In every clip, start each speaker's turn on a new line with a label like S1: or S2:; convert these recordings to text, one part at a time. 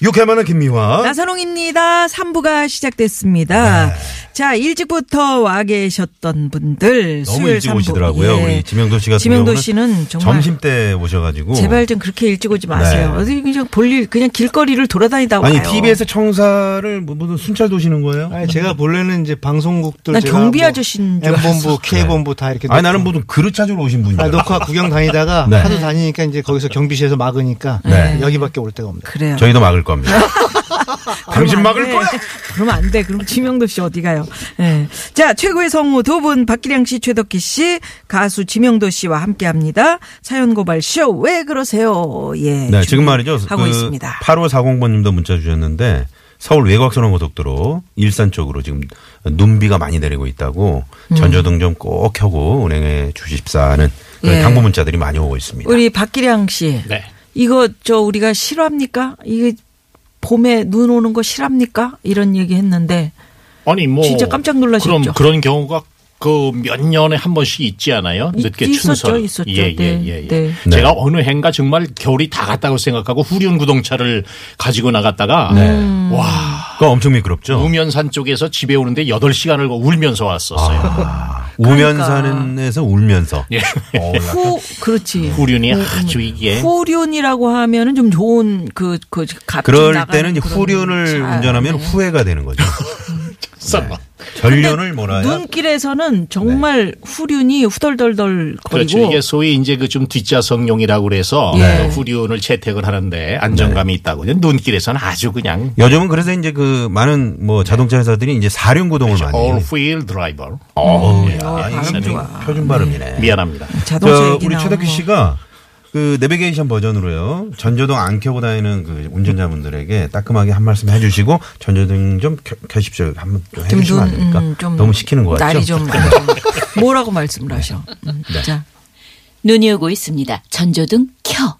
S1: 유쾌만한 김미화.
S2: 나선홍입니다. 3부가 시작됐습니다.
S1: 네.
S2: 자, 일찍부터 와 계셨던 분들
S1: 너무
S2: 수요일
S1: 일찍
S2: 3부.
S1: 오시더라고요.
S2: 예.
S1: 우리 지명도 씨 같은
S2: 지명도
S1: 경우는
S2: 씨는 정말
S1: 점심 때 오셔가지고.
S2: 제발 좀 그렇게 일찍 오지 마세요.
S1: 네.
S2: 어디 그냥 볼일 그냥 길거리를 돌아다니다 와요.
S1: 아니 TBS 청사를 뭐- 무슨 순찰 도시는 거예요?
S3: 아니 제가 본래는 이제 방송국들
S2: 난
S3: 제가
S2: 경비
S3: 뭐
S2: 아저씨인 줄
S3: M본부, K본부 다 이렇게
S1: 아니 나는 무슨 그릇 찾으러 오신 분이야.
S3: 아니, 녹화 구경 다니다가
S1: 네.
S3: 하도 다니니까 이제 거기서 경비실에서 막으니까
S1: 네.
S3: 여기밖에 올 데가 없네.
S2: 그래요.
S1: 저희도 막을 겁니다. 당신
S2: 그러면 네, 안
S1: 막을
S2: 돼.
S1: 거야.
S2: 그러면 안 돼. 그럼 지명도 씨 어디 가요? 예. 자, 최고의 성우 두 분, 박기량 씨, 최덕기 씨, 가수 지명도 씨와 함께 합니다. 사연 고발 쇼, 왜 그러세요? 예.
S1: 네, 지금 말이죠.
S2: 하고 있습니다.
S1: 8540번님도 문자 주셨는데 서울 외곽순환 고속도로 일산 쪽으로 지금 눈비가 많이 내리고 있다고
S2: 음.
S1: 전조등 좀 꼭 켜고 운행해 주십사는 그런
S2: 예.
S1: 당부 문자들이 많이 오고 있습니다.
S2: 우리 박기량 씨.
S4: 네.
S2: 이거 저 우리가 싫어합니까? 이게 봄에 눈 오는 거 싫합니까? 이런 얘기 했는데
S4: 아니 뭐
S2: 진짜 깜짝 놀라셨죠?
S4: 그럼 그런 경우가 그 몇 년에 한 번씩 있지 않아요?
S2: 있-
S4: 늦게
S2: 있었죠,
S4: 춘설.
S2: 있었죠.
S4: 예,
S2: 네,
S4: 예, 예, 예.
S2: 네.
S4: 제가 어느 해인가 정말 겨울이 다 갔다고 생각하고 후륜 구동차를 가지고 나갔다가
S2: 음.
S4: 와
S1: 그거 엄청
S3: 어,
S1: 미끄럽죠.
S4: 우면산 쪽에서 집에 오는데 8시간을 울면서 왔었어요.
S1: 아.
S2: 그러니까.
S1: 우면산에서 울면서.
S4: 예.
S1: 어, 약간
S2: 후 그렇지.
S4: 후륜이 아주 이게
S2: 음. 후륜이라고 하면은 좀 좋은 그그 값. 좀
S1: 그럴
S2: 나가는
S1: 때는 이제
S2: 그런
S1: 후륜을
S2: 차.
S1: 운전하면
S2: 네.
S1: 후회가 되는 거죠.
S4: 썩어.
S1: 전륜을 몰아야. 네.
S2: 눈길에서는 정말 후륜이 후덜덜덜 거리고
S4: 그렇죠. 이게 소위 이제 그 좀 뒷좌석용이라고 그래서
S2: 예.
S4: 그 후륜을 채택을 하는데 안정감이 있다고. 눈길에서는 아주 그냥
S1: 요즘은 그래서 이제 그 많은 뭐
S2: 네.
S1: 자동차 회사들이 이제 사륜 구동을
S2: 그렇죠.
S1: 많이.
S4: all-wheel driver.
S1: 어우, 야,
S2: 어,
S1: 이거
S2: 발음 좋아.
S1: 표준 발음이네.
S4: 미안합니다.
S2: 자동차
S1: 예, 저
S2: 얘기
S1: 우리
S2: 나오는
S1: 최덕기
S2: 거.
S1: 씨가 그 내비게이션 버전으로요. 전조등 안 켜고 다니는 그 운전자분들에게 따끔하게 한 말씀 해주시고 전조등 좀 켜, 켜십시오. 한번 좀
S2: 좀
S1: 해주시면 안
S2: 눈,
S1: 됩니까?
S2: 음, 좀
S1: 너무 시키는 거 같죠?
S2: 날이 좀 음, 뭐라고 말씀을 하셔. 음,
S1: 네.
S2: 자.
S5: 눈이 오고 있습니다. 전조등 켜.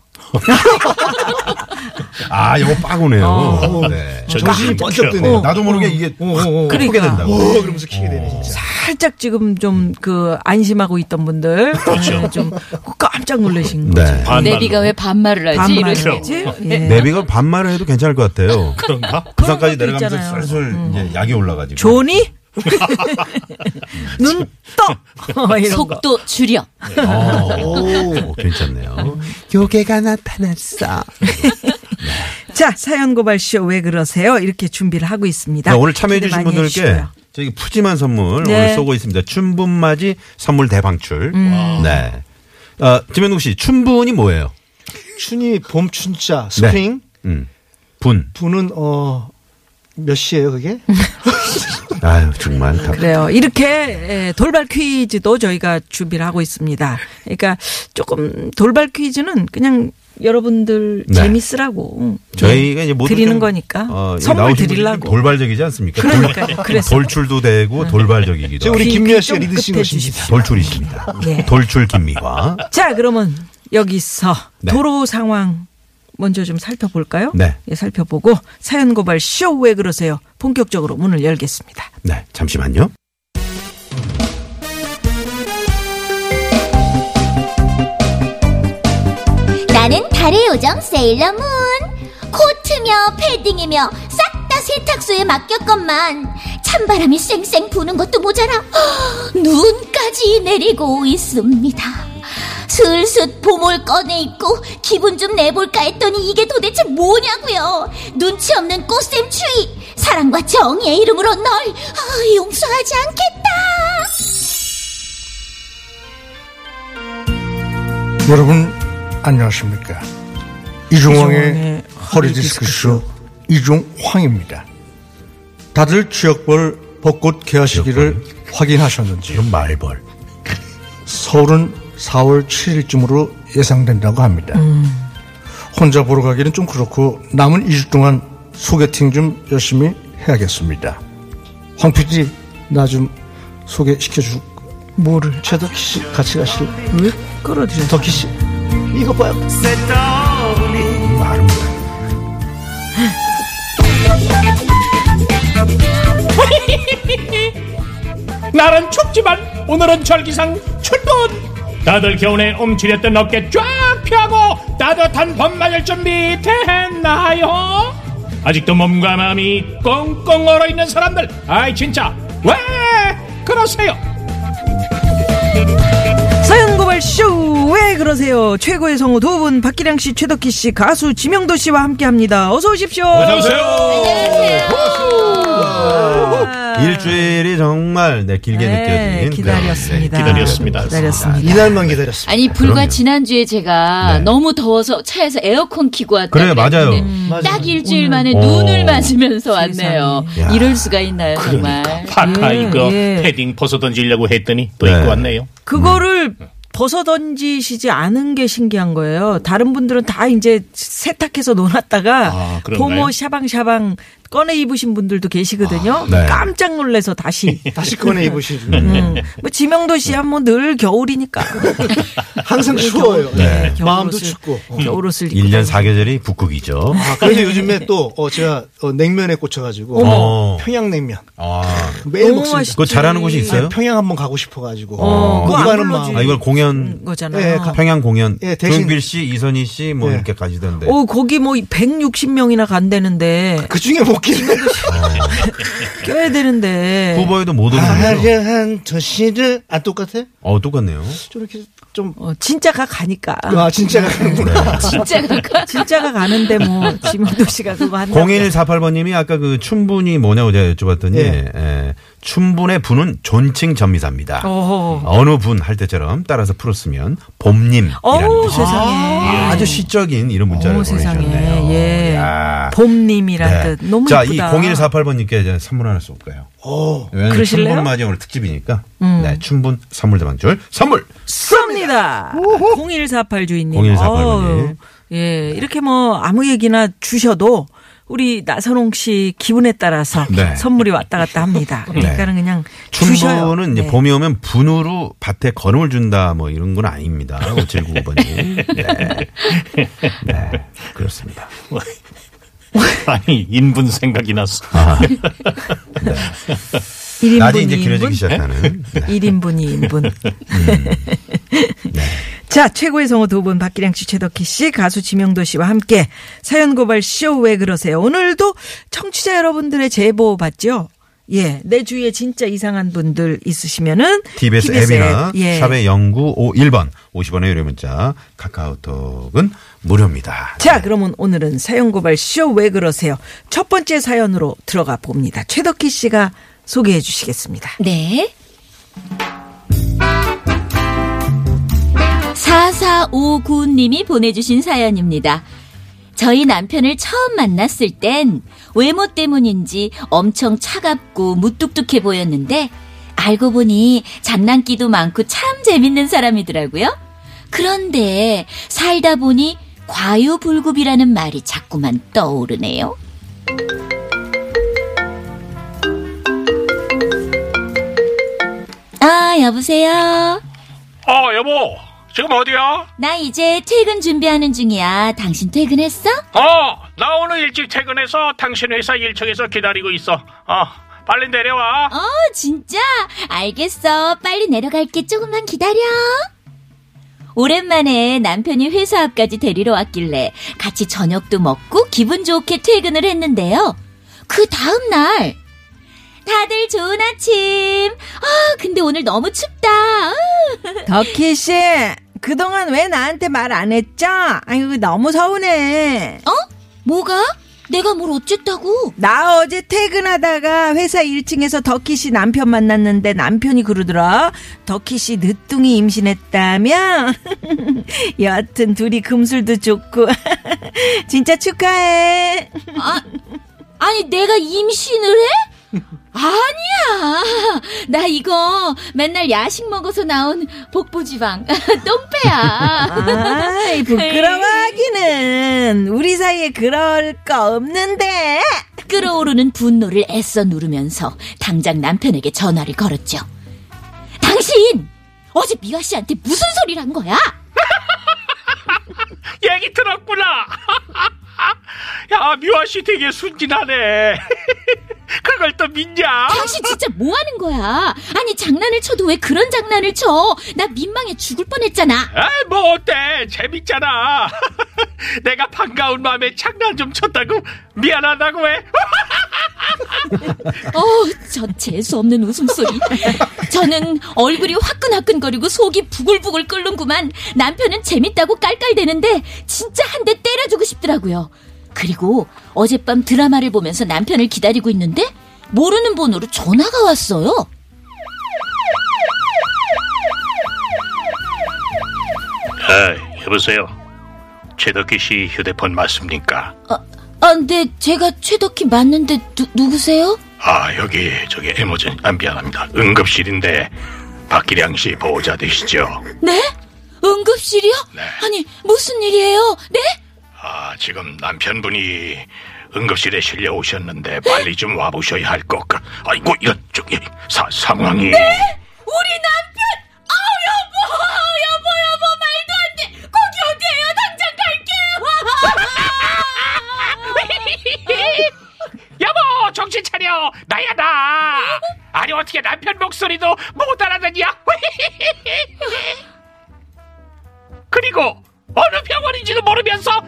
S1: 아, 이거 빠구네요.
S2: 어.
S1: 네.
S4: 정신이 번쩍
S1: 네, 나도 모르게 이게 크게
S2: 그러니까.
S1: 된다고.
S3: 그러면서 키게 되네 진짜.
S2: 살짝 지금 좀 그 안심하고 있던 분들 네, 좀 깜짝 놀라신 거죠.
S1: 그렇죠. 네.
S4: 반말로.
S5: 내비가 왜 반말을 하지?
S1: 그렇죠.
S2: 반말이지. 예.
S1: 내비가 반말을 해도 괜찮을 것 같아요.
S4: 그런가?
S1: 부산까지
S2: 것도
S1: 네. 내려가면서
S2: 있잖아요. 음.
S1: 슬슬 이제 약이 올라가지고.
S2: 조니 눈떡
S1: 음.
S2: 이런 거.
S5: 속도 줄여.
S1: 어, 오, 어,
S2: 음.
S1: 괜찮네요.
S2: 자 사연 고발 쇼 왜 그러세요? 이렇게 준비를 하고 있습니다.
S1: 네, 오늘 참여해주신
S2: 기대 많이
S1: 분들께
S2: 해주시고요.
S1: 저희 푸짐한 선물
S2: 네.
S1: 오늘 쏘고 있습니다. 춘분맞이 선물 대방출.
S2: 음.
S1: 네. 어, 지명동 씨, 춘분이 뭐예요?
S3: 춘이 봄 춘자 스프링
S1: 음. 분.
S3: 분은 어. 몇 시예요 그게?
S1: 아유, 정말. 다
S2: 그래요. 이렇게 예, 돌발 퀴즈도 저희가 준비를 하고 있습니다. 그러니까 조금 돌발 퀴즈는 그냥 여러분들
S1: 네.
S2: 재미쓰라고 예,
S1: 저희가 이제 모두
S2: 네. 드리는
S1: 좀,
S2: 거니까
S1: 어, 여기
S2: 선물
S1: 나오신 분들이
S2: 드리려고
S1: 좀 돌발적이지 않습니까?
S2: 그러니까요.
S1: 돌-
S2: 그래서.
S1: 돌출도 되고 돌발적이기도
S3: 지금 우리
S2: 귀-
S3: 김미아
S2: 귀
S3: 씨가
S2: 좀
S3: 리드신
S2: 끝에
S3: 것입니다.
S2: 주십시오.
S1: 돌출이십니다.
S2: 예.
S1: 돌출 김미화.
S2: 자, 그러면 여기서
S1: 네.
S2: 도로 상황 먼저 좀 살펴볼까요?
S1: 네.
S2: 예, 살펴보고 사연 고발 쇼 왜 그러세요? 본격적으로 문을 열겠습니다.
S1: 네, 잠시만요.
S6: 나는 달의 요정 세일러문 코트며 패딩이며 싹 다 세탁소에 맡겼건만 찬바람이 쌩쌩 부는 것도 모자라 허, 눈까지 내리고 있습니다 슬슬 봄을 꺼내 입고 기분 좀 내볼까 했더니 이게 도대체 뭐냐고요 눈치 없는 꽃샘 추위 사랑과 정의의 이름으로 널 아, 용서하지 않겠다
S3: 여러분 안녕하십니까? 이종황의
S2: 이종황의
S3: 허리디스크쇼 이종황입니다. 다들 지역별 벚꽃 개화시기를 확인하셨는지
S1: 지금 말벌.
S3: 서울은 4월 7일쯤으로 예상된다고 합니다. 혼자 보러 가기는 좀 그렇고 남은 2주 동안 소개팅 좀 열심히 해야겠습니다. 황 PD 나 좀 소개시켜 줄 뭐를 최덕희 씨 같이 가실
S2: 왜 끌어들여?
S3: 덕희 씨 이거 봐요.
S1: 말은 못해.
S4: 날은 춥지만 오늘은 절기상 출근 다들 겨울에 움츠렸던 어깨 쫙 펴고 따뜻한 봄맞을 준비 됐나요? 아직도 몸과 마음이 꽁꽁 얼어있는 사람들 아이 진짜 왜 그러세요?
S2: 사연고발 쇼왜 그러세요? 최고의 성우 두 분 박기량 씨, 최덕희 씨, 가수 지명도 씨와 함께합니다. 어서 오십시오. 아,
S1: 일주일이 정말 네, 길게
S2: 네,
S1: 느껴진
S2: 기다렸습니다.
S1: 네, 아,
S4: 기다렸습니다.
S2: 기다렸습니다.
S3: 이날만 기다렸습니다.
S7: 아니 불과
S1: 그럼요.
S7: 지난주에 제가
S1: 네.
S7: 너무 더워서 차에서 에어컨 키고 왔다
S2: 네,
S1: 그래 맞아요.
S7: 그랬는데 딱 일주일 만에
S1: 오늘.
S7: 눈을
S1: 오.
S7: 맞으면서 왔네요.
S1: 야.
S7: 이럴 수가 있나요 정말?
S4: 그러니까 파카
S5: 음,
S2: 예,
S4: 이거
S2: 예.
S4: 패딩 벗어 던지려고 했더니 또
S1: 네.
S4: 입고 왔네요.
S2: 그거를 벗어 던지시지 않은 게 신기한 거예요. 다른 분들은 다 이제 세탁해서 놓았다가
S4: 아, 그런가요?
S2: 보모 샤방샤방 꺼내 입으신 분들도 계시거든요.
S1: 네.
S2: 깜짝 놀라서 다시.
S3: 다시 꺼내 입으시죠.
S2: 음. 뭐 지명도 씨야 뭐 늘 겨울이니까.
S3: 항상 추워요.
S2: 네.
S3: 마음도
S2: 겨울옷을-
S3: 춥고.
S2: 겨울옷을 입고.
S1: 1년 4계절이 북극이죠.
S3: 아, 그래서 요즘에 또 어, 제가 어, 냉면에 꽂혀가지고
S1: 어머.
S3: 평양냉면
S1: 아,
S3: 매일
S2: 너무
S3: 먹습니다.
S2: 맛있어요.
S1: 그거 잘하는 곳이 있어요?
S3: 평양 한번 가고 싶어가지고
S2: 어, 그거 안
S3: 오가는
S2: 불러주지.
S1: 아, 이걸 공연,
S2: 음, 거잖아요.
S3: 예, 가-
S1: 평양 공연,
S3: 예, 대신-
S1: 조용필 씨, 이선희 씨, 뭐
S3: 예.
S1: 이렇게 가시던데.
S2: 오, 거기 뭐 160명이나 간대는데
S3: 그 중에 먹기는
S2: 껴야 되는데.
S1: 후보에도 못
S3: 아,
S1: 오는
S3: 예.
S1: 거죠.
S3: 화려한 도시를 아 똑같아?
S1: 어, 똑같네요.
S3: 좀 이렇게 좀
S2: 어, 진짜가 가니까.
S3: 아, 진짜
S2: 네.
S3: 가는구나.
S2: 진짜가 가는데 뭐 지명도 씨가 그거 한다.
S1: 0148번님이 아까 그 춘분이 뭐냐고 제가 여쭤봤더니
S3: 예.
S1: 예, 춘분의 분은 존칭 전미사입니다.
S2: 어허.
S1: 어느 분 할 때처럼 따라서 풀었으면 봄님이라는
S2: 어우
S1: 뜻.
S2: 세상에.
S1: 아, 아주 시적인 이런 문자를
S2: 어우 세상에.
S1: 보내주셨네요.
S2: 예.
S1: 야.
S2: 봄님이란
S1: 아. 네.
S2: 뜻. 너무
S1: 자,
S2: 예쁘다.
S1: 이 0148번님께 이제 선물 하나 쏠까요?
S3: 어.
S1: 왜냐면
S2: 그러실래요? 음.
S1: 춘분 맞이 오늘 특집이니까. 네, 춘분 선물 대방출 선물.
S2: 쏩니다. 0148 주인님.
S1: 0148
S2: 어우,
S1: 번님.
S2: 예, 이렇게 뭐 아무 얘기나 주셔도 우리 나선홍 씨 기분에 따라서
S1: 네.
S2: 선물이 왔다 갔다 합니다. 그러니까는 그냥 주셔요.
S1: 춘분은 이제
S2: 네.
S1: 봄이 오면 분으로 밭에 건음을 준다 뭐 이런 건 아닙니다. 5799번님. 네. 네. 그렇습니다.
S4: 아니 인분 생각이 났어.
S2: 일인분,
S1: 낮이 이제
S2: 이인분?
S1: 길어지기 시작하는. 네. 음.
S2: 1인분이 2인분. 자, 최고의 성우 두 분, 박기량 씨, 최덕희 씨, 가수 지명도 씨와 함께 사연고발 쇼 왜 그러세요? 오늘도 청취자 여러분들의 제보 받죠? 예, 내 주위에 진짜 이상한 분들 있으시면은.
S1: TBS
S2: TBS 에,
S1: 앱이나
S2: 예.
S1: 샵의 0951번 50원의 유료 문자 카카오톡은 무료입니다.
S2: 자, 그러면 오늘은 사연고발 쇼 왜 그러세요? 첫 번째 사연으로 들어가 봅니다. 최덕희 씨가 소개해 주시겠습니다.
S7: 네. 4459님이 보내주신 사연입니다. 저희 남편을 처음 만났을 땐 외모 때문인지 엄청 차갑고 무뚝뚝해 보였는데 알고 보니 장난기도 많고 참 재밌는 사람이더라고요. 그런데 살다 보니 과유불급이라는 말이 자꾸만 떠오르네요. 아, 여보세요?
S4: 어 여보 지금 어디야?
S7: 나 이제 퇴근 준비하는 중이야. 당신 퇴근했어?
S4: 어, 나 오늘 일찍 퇴근해서 당신 회사 1층에서 기다리고 있어. 어, 빨리 내려와.
S7: 어, 진짜? 알겠어. 빨리 내려갈게. 조금만 기다려. 오랜만에 남편이 회사 앞까지 데리러 왔길래 같이 저녁도 먹고 기분 좋게 퇴근을 했는데요. 그 다음 날. 다들 좋은 아침. 아, 근데 오늘 너무 춥다. 아,
S2: 덕희 씨, 그동안 왜 나한테 말 안 했죠? 아이고, 너무 서운해.
S7: 뭐가? 내가 뭘 어쨌다고?
S2: 나 어제 퇴근하다가 회사 1층에서 덕희 씨 남편 만났는데 남편이 그러더라. 덕희 씨 늦둥이 임신했다며? 여하튼 둘이 금술도 좋고. 진짜 축하해.
S7: 아니, 내가 임신을 해?
S5: 아니야. 나 이거 맨날 야식 먹어서 나온 복부지방 똥배야.
S2: 아이, 부끄러워하기는 우리 사이에 그럴 거 없는데.
S5: 끓어오르는 분노를 애써 누르면서 당장 남편에게 전화를 걸었죠. 당신 어제 미화 씨한테 무슨 소리를 한 거야?
S4: 얘기 들었구나. 야, 미화 씨 되게 순진하네. 그걸 또 믿냐? 아,
S5: 당신 진짜 뭐 하는 거야? 아니 장난을 쳐도 왜 그런 장난을 쳐? 나 민망해 죽을 뻔했잖아.
S4: 아, 뭐 어때? 재밌잖아. 내가 반가운 마음에 장난 좀 쳤다고 미안하다고 해.
S5: 어우, 저 재수 없는 웃음소리. 저는 얼굴이 화끈화끈거리고 속이 부글부글 끓는구만. 남편은 재밌다고 깔깔대는데 진짜 한 대 때려주고 싶더라고요. 그리고 어젯밤 드라마를 보면서 남편을 기다리고 있는데 모르는 번호로 전화가 왔어요.
S4: 아, 여보세요. 최덕기 씨 휴대폰 맞습니까?
S5: 아, 네, 제가 최덕희 맞는데 누, 누구세요?
S4: 아, 여기 저기 에머전 아, 미안합니다. 응급실인데 박기량 씨 보호자 되시죠?
S5: 네? 응급실이요? 아니, 무슨 일이에요? 네?
S4: 아, 지금 남편분이 응급실에 실려 오셨는데 빨리 좀 와보셔야 할 것 같. 아이고, 이런 저기 사, 상황이.
S5: 우리 남편! 아우 여보! 아우 여보 여보 말도 안 돼! 거기 어디예요? 당장 갈게요!
S4: 여보, 어, 정신 차려. 나야 나. 아니 어떻게 남편 목소리도 못 알아듣냐? 그리고 어느 병원인지도 모르면서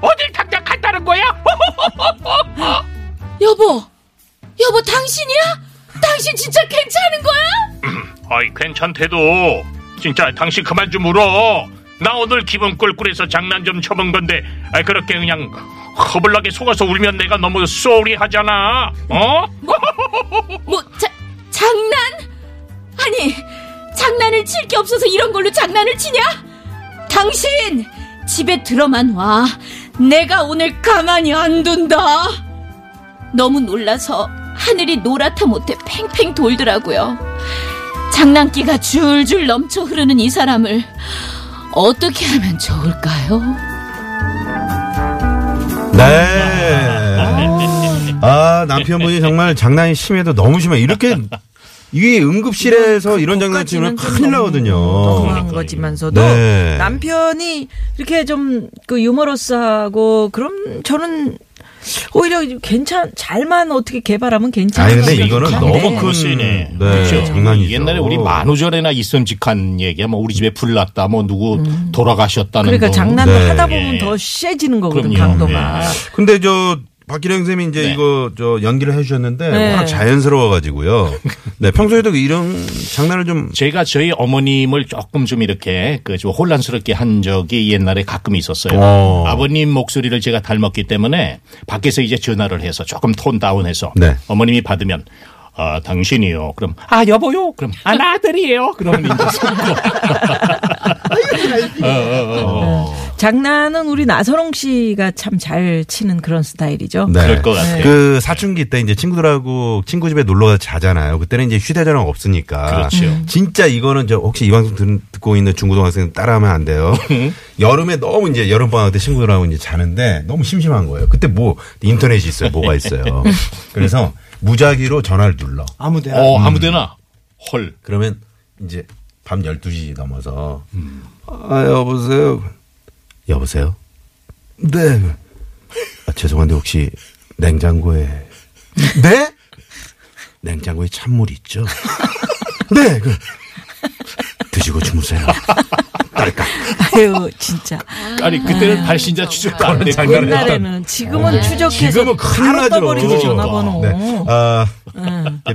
S4: 어딜 당장 간다는 거야?
S5: 여보! 여보 당신이야? 당신 진짜 괜찮은 거야?
S4: 아이 괜찮대도 진짜 당신 그만 좀 울어. 나 오늘 기분 꿀꿀해서 장난 좀 쳐본 건데 아 그렇게 그냥 허블나게 속아서 울면 내가 너무 쏘리하잖아. 어?
S5: 뭐 자, 장난? 아니 장난을 칠 게 없어서 이런 걸로 장난을 치냐? 당신 집에 들어만 와. 내가 오늘 가만히 안 둔다. 너무 놀라서 하늘이 노랗다 못해 팽팽 돌더라고요. 장난기가 줄줄 넘쳐 흐르는 이 사람을 어떻게 하면 좋을까요?
S1: 아, 네. 아, 남편분이 정말 장난이 심해도 너무 심해. 이렇게, 이게
S2: 그
S1: 응급실에서 이런 장난 치면 큰일
S2: 한
S1: 나거든요.
S2: 거지만서도
S1: 어. 네.
S2: 남편이 이렇게 좀 그 유머러스하고 그럼 저는 오히려 괜찮 잘만 어떻게 개발하면 괜찮은
S1: 아니, 근데
S2: 것
S1: 이거는
S2: 같은데.
S1: 너무 큰
S8: 글쎄네.
S1: 네, 장난이죠.
S8: 네, 그렇죠. 옛날에 우리 만우절에나 있음직한 얘기야. 뭐 우리 집에 불 났다. 뭐 누구 돌아가셨다는
S2: 그러니까
S8: 거.
S2: 장난을
S1: 네.
S2: 하다 보면 더 세지는 거거든
S8: 그럼요.
S2: 강도가.
S1: 근데 저, 박기량 쌤이 이제
S8: 네.
S1: 이거 저 연기를 해주셨는데
S2: 네.
S1: 워낙 자연스러워가지고요. 네, 평소에도 이런 장난을 좀
S8: 제가 저희 어머님을 조금 좀 이렇게 그 좀 혼란스럽게 한 적이 옛날에 가끔 있었어요.
S1: 어.
S8: 아버님 목소리를 제가 닮았기 때문에 밖에서 이제 전화를 해서 조금 톤 다운해서
S1: 네.
S8: 어머님이 받으면 아 당신이요. 그럼 아 여보요. 그럼 아 나 아들이에요. 그러면 이제 속고. 어, 어, 어, 어.
S1: 네.
S2: 장난은 우리 나선홍 씨가 참 잘 치는 그런 스타일이죠.
S1: 네.
S8: 그럴 것 같아요.
S1: 그 사춘기 때 이제 친구들하고 친구 집에 놀러 가서 자잖아요. 그때는 이제 휴대전화가 없으니까.
S8: 그렇죠. 음.
S1: 진짜 이거는 저 혹시 이 방송 듣- 듣고 있는 중고등학생 따라하면 안 돼요. 여름에 너무 이제 여름 방학 때 친구들하고 이제 자는데 너무 심심한 거예요. 그때 뭐 인터넷이 있어요. 뭐가 있어요. 그래서 무작위로 전화를 눌러.
S3: 아무 데나
S8: 어 아무데나 헐.
S1: 그러면 이제 밤 12시 넘어서 아 여보세요. 여보세요. 네. 아, 죄송한데 혹시 냉장고에 네? 냉장고에 찬물 있죠? 네. 그 드시고 주무세요.
S2: 아,
S1: 딸깍.
S2: 아유 진짜
S8: 아니 그때는 발신자 추적도 안 되고
S2: 옛날에는 지금은 추적해서
S1: 그러니까 네. 지금은 큰일
S2: 바로
S1: 나죠.
S2: 떠버리지 전화번호.
S1: 네. 아,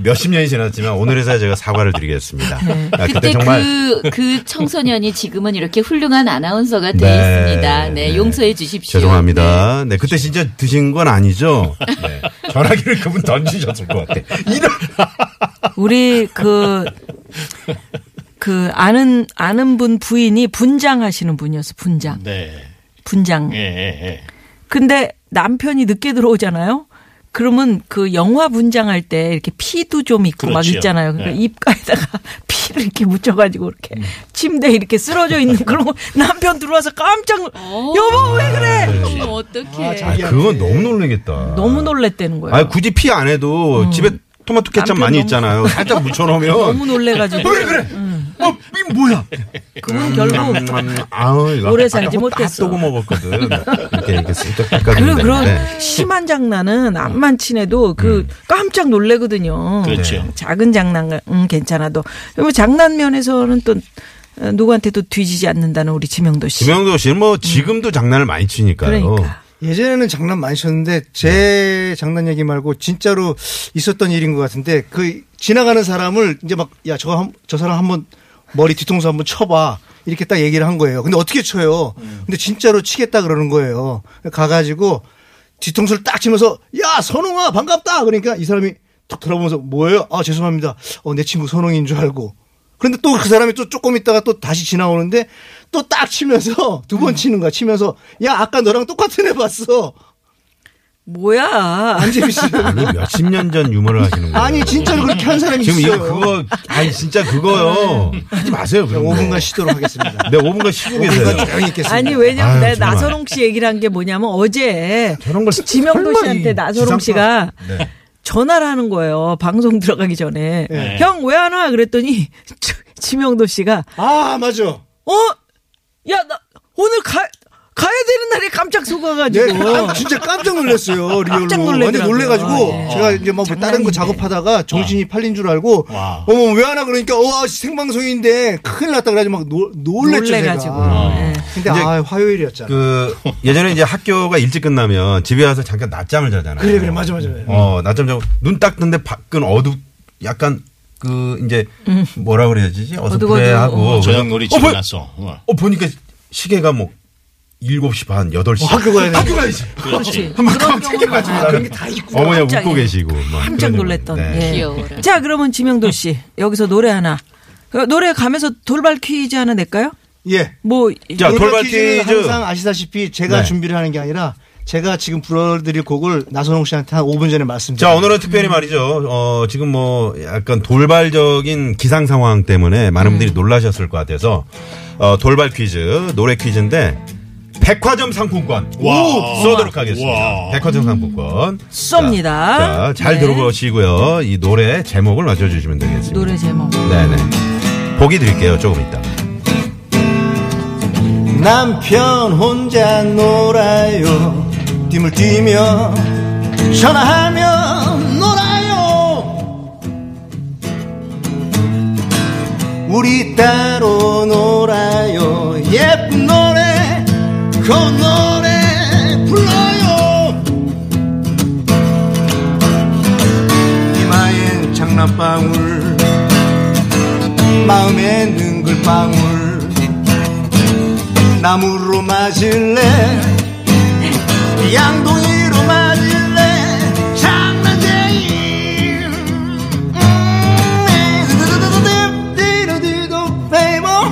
S1: 몇십 년이 지났지만 오늘 회사에 제가 사과를 드리겠습니다.
S2: 네.
S1: 아, 그때, 정말
S5: 그, 그 청소년이 지금은 이렇게 훌륭한 아나운서가 돼
S1: 네.
S5: 있습니다. 네,
S1: 네.
S5: 용서해 주십시오.
S1: 죄송합니다. 네, 그때 진짜 드신 건 아니죠? 네. 전화기를 그분 던지셨을 것 같아. 이런.
S2: 우리 그, 그 아는, 아는 분 부인이 분장 하시는 분이었어, 분장.
S8: 네.
S2: 분장.
S8: 예, 예, 예.
S2: 근데 남편이 늦게 들어오잖아요? 그러면 그 영화 분장할 때 이렇게 피도 좀 있고 막
S8: 그렇죠.
S2: 있잖아요. 그러니까
S8: 네.
S2: 입가에다가 피를 이렇게 묻혀가지고 이렇게 침대에 이렇게 쓰러져 있는 그런 거 남편 들어와서 깜짝 놀- 여보 왜 그래?
S9: 어떡해.
S1: 아, 그건 너무 놀라겠다.
S2: 네. 너무 놀랬다는 거예요. 음.
S1: 아 굳이 피 안 해도 집에 토마토 케첩 많이 있잖아요. 살짝
S2: 너무 음.
S1: 묻혀놓으면
S2: 놀래가지고
S1: 왜 그래? 음. 어, 이 뭐야?
S2: 그건 결국
S1: 아우, 이거
S2: 오래 살지
S1: 아까 다
S2: 못했어.
S1: 떠고 먹었거든. 이렇게 이렇게 슬쩍
S2: 그리고
S1: 네.
S2: 그런
S1: 닦아주는데.
S2: 심한 장난은 암만 친해도 그
S1: 음.
S2: 깜짝 놀래거든요. 네.
S8: 그렇죠.
S2: 작은 장난은 음, 괜찮아도 뭐 장난 면에서는 또 어, 누구한테도 뒤지지 않는다는 우리 지명도 씨.
S1: 김영도 씨는 뭐 지금도 장난을 많이 치니까요.
S2: 그러니까.
S3: 예전에는 장난 많이 쳤는데 제 장난 얘기 말고 진짜로 있었던 일인 것 같은데 그 지나가는 사람을 이제 막 야 저 저 사람 한번 머리 뒤통수 한번 쳐봐 이렇게 딱 얘기를 한 거예요. 근데 어떻게 쳐요? 근데 진짜로 치겠다 그러는 거예요. 가가지고 뒤통수를 딱 치면서 야 선홍아 반갑다 그러니까 이 사람이 툭 돌아보면서 뭐예요? 아 죄송합니다. 어 내 친구 선홍인 줄 알고. 그런데 또 그 사람이 또 조금 있다가 또 다시 지나오는데 또 딱 치면서 두
S1: 음.
S3: 번 치는 거야. 치면서 야 아까 너랑 똑같은 애 봤어.
S2: 뭐야?
S3: 안 재밌어요.
S1: 아니, 몇십 년 전 유머를 하시는 거예요.
S3: 아니 진짜로 그렇게 한
S1: 음.
S3: 사람이
S1: 지금
S3: 있어요.
S1: 이거 그거 아니 진짜 그거요.
S2: 네.
S1: 하지 마세요. 그런 거.
S3: 5분간 쉬도록 하겠습니다.
S1: 네, 5분간 쉬고 계세요.
S3: 그건 조용히 있겠습니다.
S2: 아니 왜냐면
S1: 아유,
S2: 내가
S1: 정말.
S2: 나선홍 씨 얘기를 한 게 뭐냐면 어제
S1: 저런 걸
S2: 지명도
S1: 설마 이
S2: 씨한테 나선홍
S1: 지상파-
S2: 씨가
S1: 네.
S2: 전화를 하는 거예요. 방송 들어가기 전에
S3: 네.
S2: 형 왜 안 와? 그랬더니 지명도 씨가
S3: 아 맞아.
S2: 어? 야, 나 오늘 가, 가야 되는 날에 깜짝
S3: 네,
S2: 속아가지고.
S3: 깜- 진짜 깜짝 놀랐어요. 리얼로.
S2: 깜짝
S3: 완전
S2: 놀래더라고요.
S3: 놀래가지고
S2: 예.
S3: 제가 이제 막 다른
S2: 장난인데.
S3: 거 작업하다가 정신이 팔린 줄 알고
S8: 와.
S3: 어머 왜 하나 그러니까 와 생방송인데 큰일 났다 그래가지고 막 놀- 놀랬죠
S2: 놀래가지고.
S3: 제가.
S2: 예.
S3: 근데
S1: 이제
S3: 아 화요일이었잖아.
S1: 그 예전에 이제 학교가 일찍 끝나면 집에 와서 잠깐 낮잠을 자잖아요.
S3: 그래, 그래, 맞아, 맞아, 맞아.
S1: 어 낮잠 자고 눈 떴는데 밖은 어둡 약간 그 이제 뭐라 그래야지
S2: 어둑어둑.
S1: 어두워하고
S8: 저녁놀이
S1: 어,
S8: 지고
S1: 뭐,
S8: 났어. 어.
S1: 어 보니까 시계가 뭐 7시 반 8시
S3: 어, 학교 가야 돼.
S1: 학교 가야지.
S2: 그렇지.
S1: 한번 깜짝해가지고 나는 어머니 웃고
S2: 깜짝이야.
S1: 계시고 막
S2: 깜짝
S1: 그런
S2: 놀랬던.
S1: 네.
S2: 예.
S9: 귀여워라.
S2: 자, 그러면 지명도 씨 여기서 노래 하나. 그 노래 가면서 돌발 퀴즈 하나 낼까요?
S3: 예.
S2: 뭐
S1: 자, 돌발
S3: 퀴즈는
S1: 퀴즈.
S3: 항상 아시다시피 제가
S1: 네.
S3: 준비를 하는 게 아니라 제가 지금 불러드릴 곡을 나선홍 씨한테 한 5분 전에 말씀드렸어요.
S1: 자, 오늘은 특별히 말이죠. 어, 지금 뭐 약간 돌발적인 기상 상황 때문에 많은
S2: 음.
S1: 분들이 놀라셨을 것 같아서 어, 돌발 퀴즈, 노래 퀴즈인데 백화점 상품권 오, 쏘도록 하겠습니다.
S8: 와.
S1: 백화점 상품권
S2: 쏩니다.
S1: 자, 자, 잘
S2: 네.
S1: 들어보시고요. 이 노래 제목을 맞춰주시면 되겠습니다.
S2: 노래 제목.
S1: 네네. 보기 드릴게요. 조금 이따.
S3: 남편 혼자 놀아요 뛰물 뛰며 전화하며 놀아요 우리 따로 놀아요 예쁜 노래 그 노래 불러요 이마엔 장난방울 마음엔 능글방울 나무로 맞을래 양동이로 맞을래 장난쟁이 음, 네. 두두두두두, 띠로디도 페이버.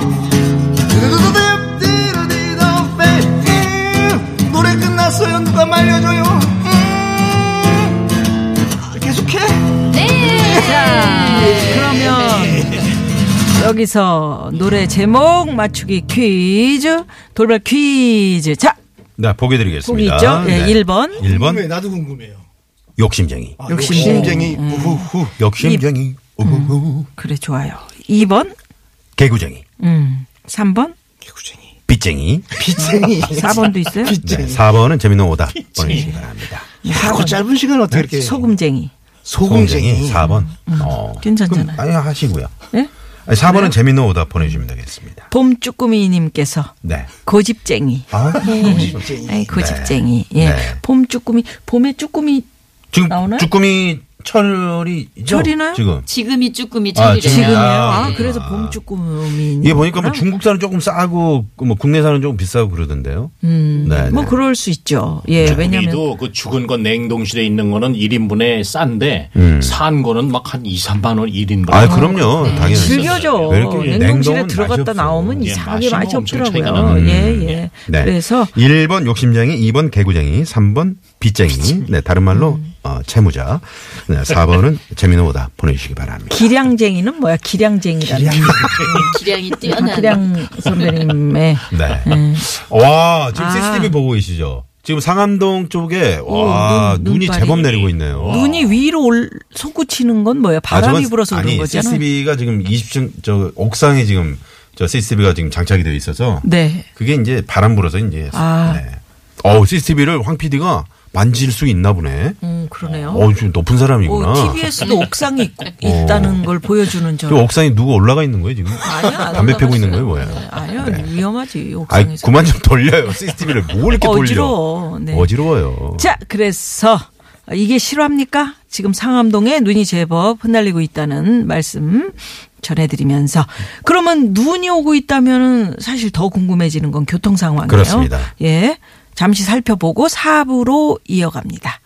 S3: 두두두두두, 띠로디도 페이. 노래 끝났어요 누가 말려줘요 음. 계속해
S9: 네.
S2: 그러면 여기서 노래 제목 맞추기 퀴즈, 돌발 퀴즈. 자,
S1: 네, 보기
S2: 보기
S1: 드리겠습니다. 네.
S2: 있죠? 예, 1번.
S1: 1번
S3: 나도 궁금해요 아,
S1: 욕심쟁이. 네.
S3: 욕심쟁이
S1: 음.
S3: 우후후
S1: 욕심쟁이. 우후후.
S2: 그래, 좋아요. 2번.
S1: 개구쟁이.
S2: 음. 3번.
S1: 빚쟁이.
S3: 빚쟁이
S2: 4번도 있어요? 네.
S1: 네, 4번은 재밌는 오답 보내주시기 바랍니다.
S3: 그 짧은 시간 어떻게 이렇게
S1: 공쟁이
S2: 소금쟁이.
S3: 소금쟁이
S1: 4번. 어.
S2: 음. 괜찮잖아요.
S1: 그럼 아니 하시고요.
S2: 예?
S1: 아니, 4번은 재밌는 오답 보내주시면 되겠습니다.
S2: 봄쭈꾸미님께서
S1: 네.
S2: 고집쟁이.
S1: 아,
S2: 네. 아이, 고집쟁이. 예.
S1: 네.
S2: 봄 쭈꾸미, 봄에 쭈꾸미
S1: 지금
S2: 나오나요?
S1: 주꾸미 철이
S2: 철이나요?
S1: 지금
S9: 지금이 쭈꾸미
S1: 아,
S9: 철이래요.
S1: 지금이요?
S2: 아,
S1: 그렇구나.
S2: 그래서 봄 쭈꾸미.
S1: 이게 보니까 뭐 중국산은 조금 싸고 뭐 국내산은 조금 비싸고 그러던데요.
S2: 음,
S1: 네, 네.
S2: 뭐 그럴 수 있죠. 예, 왜냐면
S8: 우리도 그 죽은 건 냉동실에 있는 거는 1인분에 싼데 산 거는 막 한 2, 3만 원 1인분.
S1: 아 그럼요 당연히
S2: 네. 즐겨져.
S1: 왜 이렇게
S2: 냉동실에
S1: 냉동은
S2: 들어갔다
S1: 맛이
S2: 나오면
S1: 없어.
S8: 예, 맛이
S2: 이상하게 맛이
S8: 뭐 엄청 차이가
S2: 없더라고요.
S8: 나는
S2: 예, 예.
S1: 네.
S2: 그래서 음.
S1: 1번 욕심쟁이, 2번 개구쟁이, 3번 빚쟁이. 네, 다른 말로 어, 채무자. 네, 4번은 재미는 오다 보내주시기 바랍니다.
S2: 기량쟁이는 뭐야? 기량쟁이라는.
S5: 기량이
S2: 아,
S5: 뛰어나.
S2: 기량 선배님의
S1: 네. 와,
S2: 아.
S1: 지금 CCTV 보고 계시죠? 지금 상암동 쪽에, 와,
S2: 눈,
S1: 눈이
S2: 눈발이.
S1: 제법 내리고 있네요.
S2: 눈이 위로 올 솟구치는 건 뭐야?
S1: 아,
S2: 바람이
S1: 저건-
S2: 불어서 그런
S1: 아니,
S2: 거잖아.
S1: CCTV가 지금 20층, 저, 옥상에 지금, 저 CCTV가 지금 장착이 되어 있어서.
S2: 네.
S1: 그게 이제 바람 불어서 이제.
S2: 아.
S1: 네. 어우, CCTV를 황 PD가 만질 수 있나 보네.
S2: 음, 그러네요.
S1: 어우, 좀 높은 사람이구나.
S2: 어, TBS도 옥상이 있, 있다는 걸 보여주는
S1: 그
S2: 저.
S1: 옥상에 누구 올라가 있는 거예요, 지금?
S2: 아니야. 네,
S1: 담배 피고 있는 거예요, 뭐예요?
S2: 아니야 위험하지
S1: 아이,
S2: 옥상에서.
S1: 그만 좀 돌려요. CCTV를 뭐 이렇게 돌려.
S2: 어지러워. 네.
S1: 어지러워요.
S2: 자, 그래서 이게 실화입니까? 지금 상암동에 눈이 제법 흩날리고 있다는 말씀 전해드리면서 그러면 눈이 오고 있다면은 사실 더 궁금해지는 건 교통 상황이에요.
S1: 그렇습니다.
S2: 예, 잠시 살펴보고 4부로 이어갑니다.